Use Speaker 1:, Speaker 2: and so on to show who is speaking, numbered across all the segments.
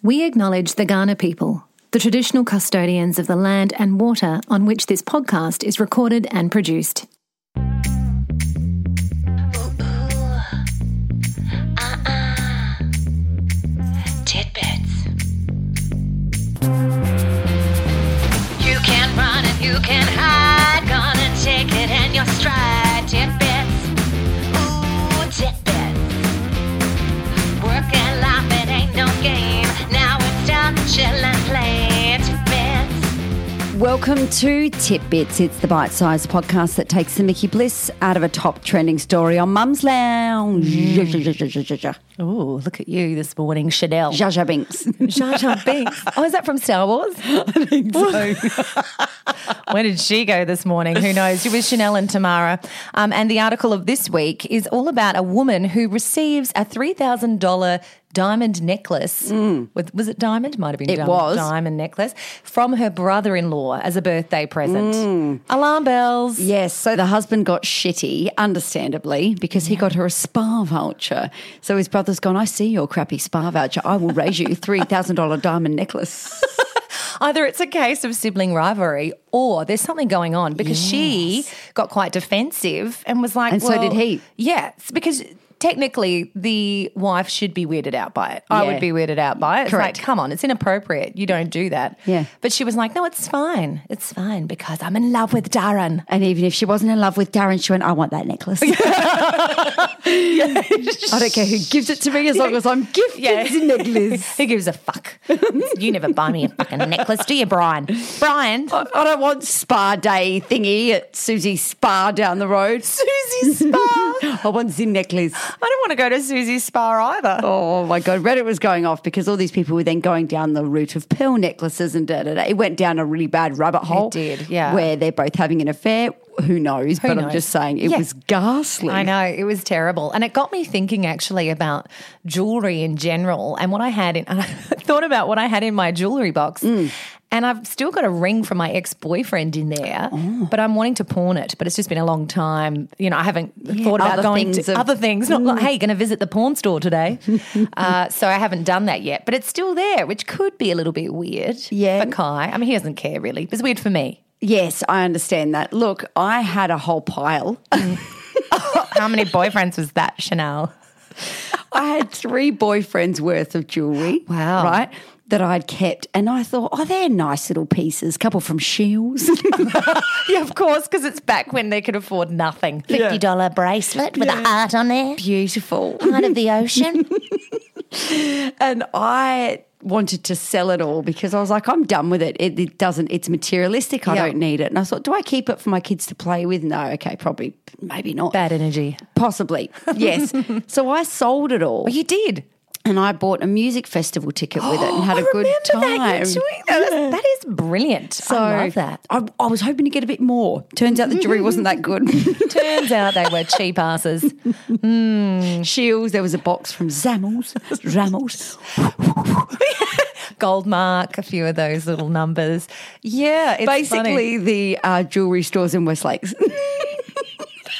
Speaker 1: We acknowledge the Ghana people, the traditional custodians of the land and water on which this podcast is recorded and produced.
Speaker 2: Uh-uh. Tidbits. You can run and you can hide. Gonna take it in your stride. Tidbits. Ooh, tidbits. Work and life, it ain't no game. Now it's time to chill and play. Tidbits.
Speaker 3: Welcome to Tidbits. It's the bite sized podcast that takes the Mickey Bliss out of a top trending story on Mum's Lounge. Zha, zha, zha, zha, zha, zha.
Speaker 4: Oh, look at you this morning, Chanel.
Speaker 3: Zha Zha Binks.
Speaker 4: Jar Jar Binks. Oh, is that from Star Wars? I think so. Where did she go this morning? Who knows? She was Chanel and Tamara. Um, and the article of this week is all about a woman who receives a $3,000 diamond necklace. With, was it diamond? Might have been
Speaker 3: It
Speaker 4: diamond.
Speaker 3: was.
Speaker 4: Diamond necklace from her brother in law as a birthday present. Alarm bells.
Speaker 3: yes, so the husband got shitty, understandably, because he got her a spa voucher. So his brother's gone, I see your crappy spa voucher. I will raise you $3,000 diamond necklace.
Speaker 4: Either it's a case of sibling rivalry or there's something going on because she got quite defensive and was like,
Speaker 3: And so
Speaker 4: well-
Speaker 3: did he.
Speaker 4: Yeah, it's because technically the wife should be weirded out by it. I
Speaker 3: Yeah.
Speaker 4: would be weirded out by it. It's
Speaker 3: Correct.
Speaker 4: like, come on, it's inappropriate. You don't do that.
Speaker 3: Yeah.
Speaker 4: But she was like, no, it's fine. It's fine because I'm in love with Darren.
Speaker 3: And even if she wasn't in love with Darren, she went, I want that necklace. I don't care who gives it to me as long as I'm gifted
Speaker 4: Yeah.
Speaker 3: the necklace.
Speaker 4: Who gives a fuck? you never buy me a fucking necklace, do you, Brian? Brian.
Speaker 3: I I don't want spa day thingy at Susie's spa down the road.
Speaker 4: Susie's Spa.
Speaker 3: I want Zin necklace.
Speaker 4: I don't want to go to Susie's Spa either.
Speaker 3: Oh my God. Reddit was going off because all these people were then going down the route of pearl necklaces and da da da. It went down a really bad rabbit hole.
Speaker 4: did, yeah.
Speaker 3: Where they're both having an affair. Who knows? but I'm
Speaker 4: knows?
Speaker 3: just saying it
Speaker 4: Yeah.
Speaker 3: was ghastly.
Speaker 4: I know, it was terrible. And it got me thinking actually about jewelry in general and what I had in, and I thought about what I had in my jewelry box.
Speaker 3: Mm.
Speaker 4: And I've still got a ring from my ex boyfriend in there,
Speaker 3: Oh.
Speaker 4: but I'm wanting to pawn it. But it's just been a long time. You know, I haven't thought about
Speaker 3: other
Speaker 4: going
Speaker 3: things Mm.
Speaker 4: to
Speaker 3: have-
Speaker 4: other things. Not like, hey, going to visit the pawn store today. uh, so I haven't done that yet, but it's still there, which could be a little bit weird
Speaker 3: Yeah.
Speaker 4: for Kai. I mean, he doesn't care really. It's weird for me.
Speaker 3: Yes, I understand that. Look, I had a whole pile.
Speaker 4: How many boyfriends was that, Chanel?
Speaker 3: I had three boyfriends worth of jewelry.
Speaker 4: Wow.
Speaker 3: Right? That I'd kept. And I thought, oh, they're nice little pieces. couple from Shields.
Speaker 4: Yeah, of course, because it's back when they could afford nothing. Fifty dollar bracelet with a heart on there,
Speaker 3: Beautiful.
Speaker 4: heart of the ocean.
Speaker 3: and I wanted to sell it all because I was like, I'm done with it. It, it doesn't. It's materialistic. I
Speaker 4: Yeah.
Speaker 3: don't need it. And I thought, do I keep it for my kids to play with? No. Okay, probably, maybe not.
Speaker 4: Bad energy.
Speaker 3: Possibly, yes. so I sold it all,
Speaker 4: Well, Oh, you did.
Speaker 3: and I bought a music festival ticket with it, and had a
Speaker 4: I
Speaker 3: good
Speaker 4: remember
Speaker 3: time.
Speaker 4: That, you doing that. That's- that is brilliant.
Speaker 3: So
Speaker 4: I love that.
Speaker 3: I, I was hoping to get a bit more. Turns out the jury wasn't that good.
Speaker 4: Turns out they were cheap asses.
Speaker 3: Shields. There was a box from Zamos. Ramos.
Speaker 4: Goldmark, a few of those little numbers. Yeah, it's funny.
Speaker 3: Basically, the uh, jewelry stores in West Lakes.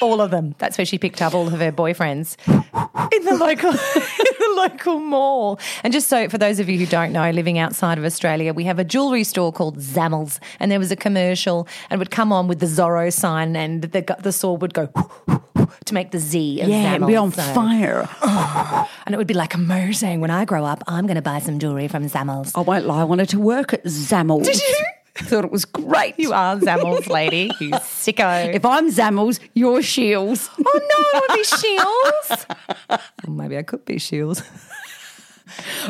Speaker 4: all of them. That's where she picked up all of her boyfriends in the local in the local mall. And just so for those of you who don't know, living outside of Australia, we have a jewelry store called Zammels, and there was a commercial and it would come on with the Zorro sign, and the gu- the sword would go. To make the Z of
Speaker 3: yeah, and
Speaker 4: Zammels.
Speaker 3: be on
Speaker 4: So-
Speaker 3: fire.
Speaker 4: And it would be like a mo saying, when I grow up, I'm going to buy some jewelry from Zammels.
Speaker 3: I won't lie, I wanted to work at Zammels.
Speaker 4: Did you?
Speaker 3: Thought it was great.
Speaker 4: You are Zammels, lady. You sicko.
Speaker 3: If I'm Zammels, you're Shields.
Speaker 4: oh, no, I want to be Shields. Maybe I could be Shields.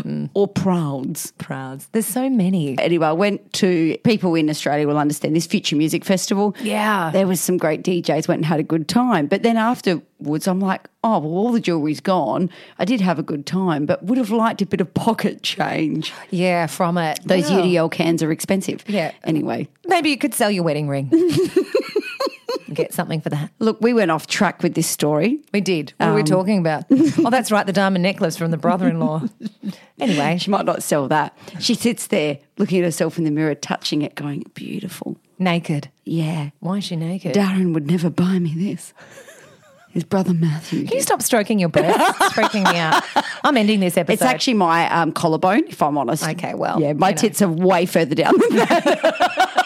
Speaker 3: or Prouds.
Speaker 4: Prouds. There's so many.
Speaker 3: Anyway, I went to people in Australia will understand this Future Music Festival.
Speaker 4: Yeah.
Speaker 3: There was some great DJs, went and had a good time. But then afterwards, I'm like, oh, well, all the jewelry's gone. I did have a good time, but would have liked a bit of pocket change.
Speaker 4: Yeah, from it.
Speaker 3: Those
Speaker 4: Wow.
Speaker 3: UDL cans are expensive.
Speaker 4: Yeah.
Speaker 3: Anyway,
Speaker 4: Maybe you could sell your wedding ring. Get something for that.
Speaker 3: look, we went off track with this story.
Speaker 4: We did. What were
Speaker 3: Um,
Speaker 4: we talking about? oh, that's right, the diamond necklace from the brother in law. anyway,
Speaker 3: She might not sell that. She sits there looking at herself in the mirror, touching it, going, beautiful.
Speaker 4: naked.
Speaker 3: Yeah.
Speaker 4: Why is she naked?
Speaker 3: Darren would never buy me this. His brother Matthew.
Speaker 4: Can you stop stroking your breast? It's freaking me out. I'm ending this episode.
Speaker 3: It's actually my um, collarbone, if I'm honest.
Speaker 4: Okay, well,
Speaker 3: yeah, my
Speaker 4: you know.
Speaker 3: tits are way further down than that.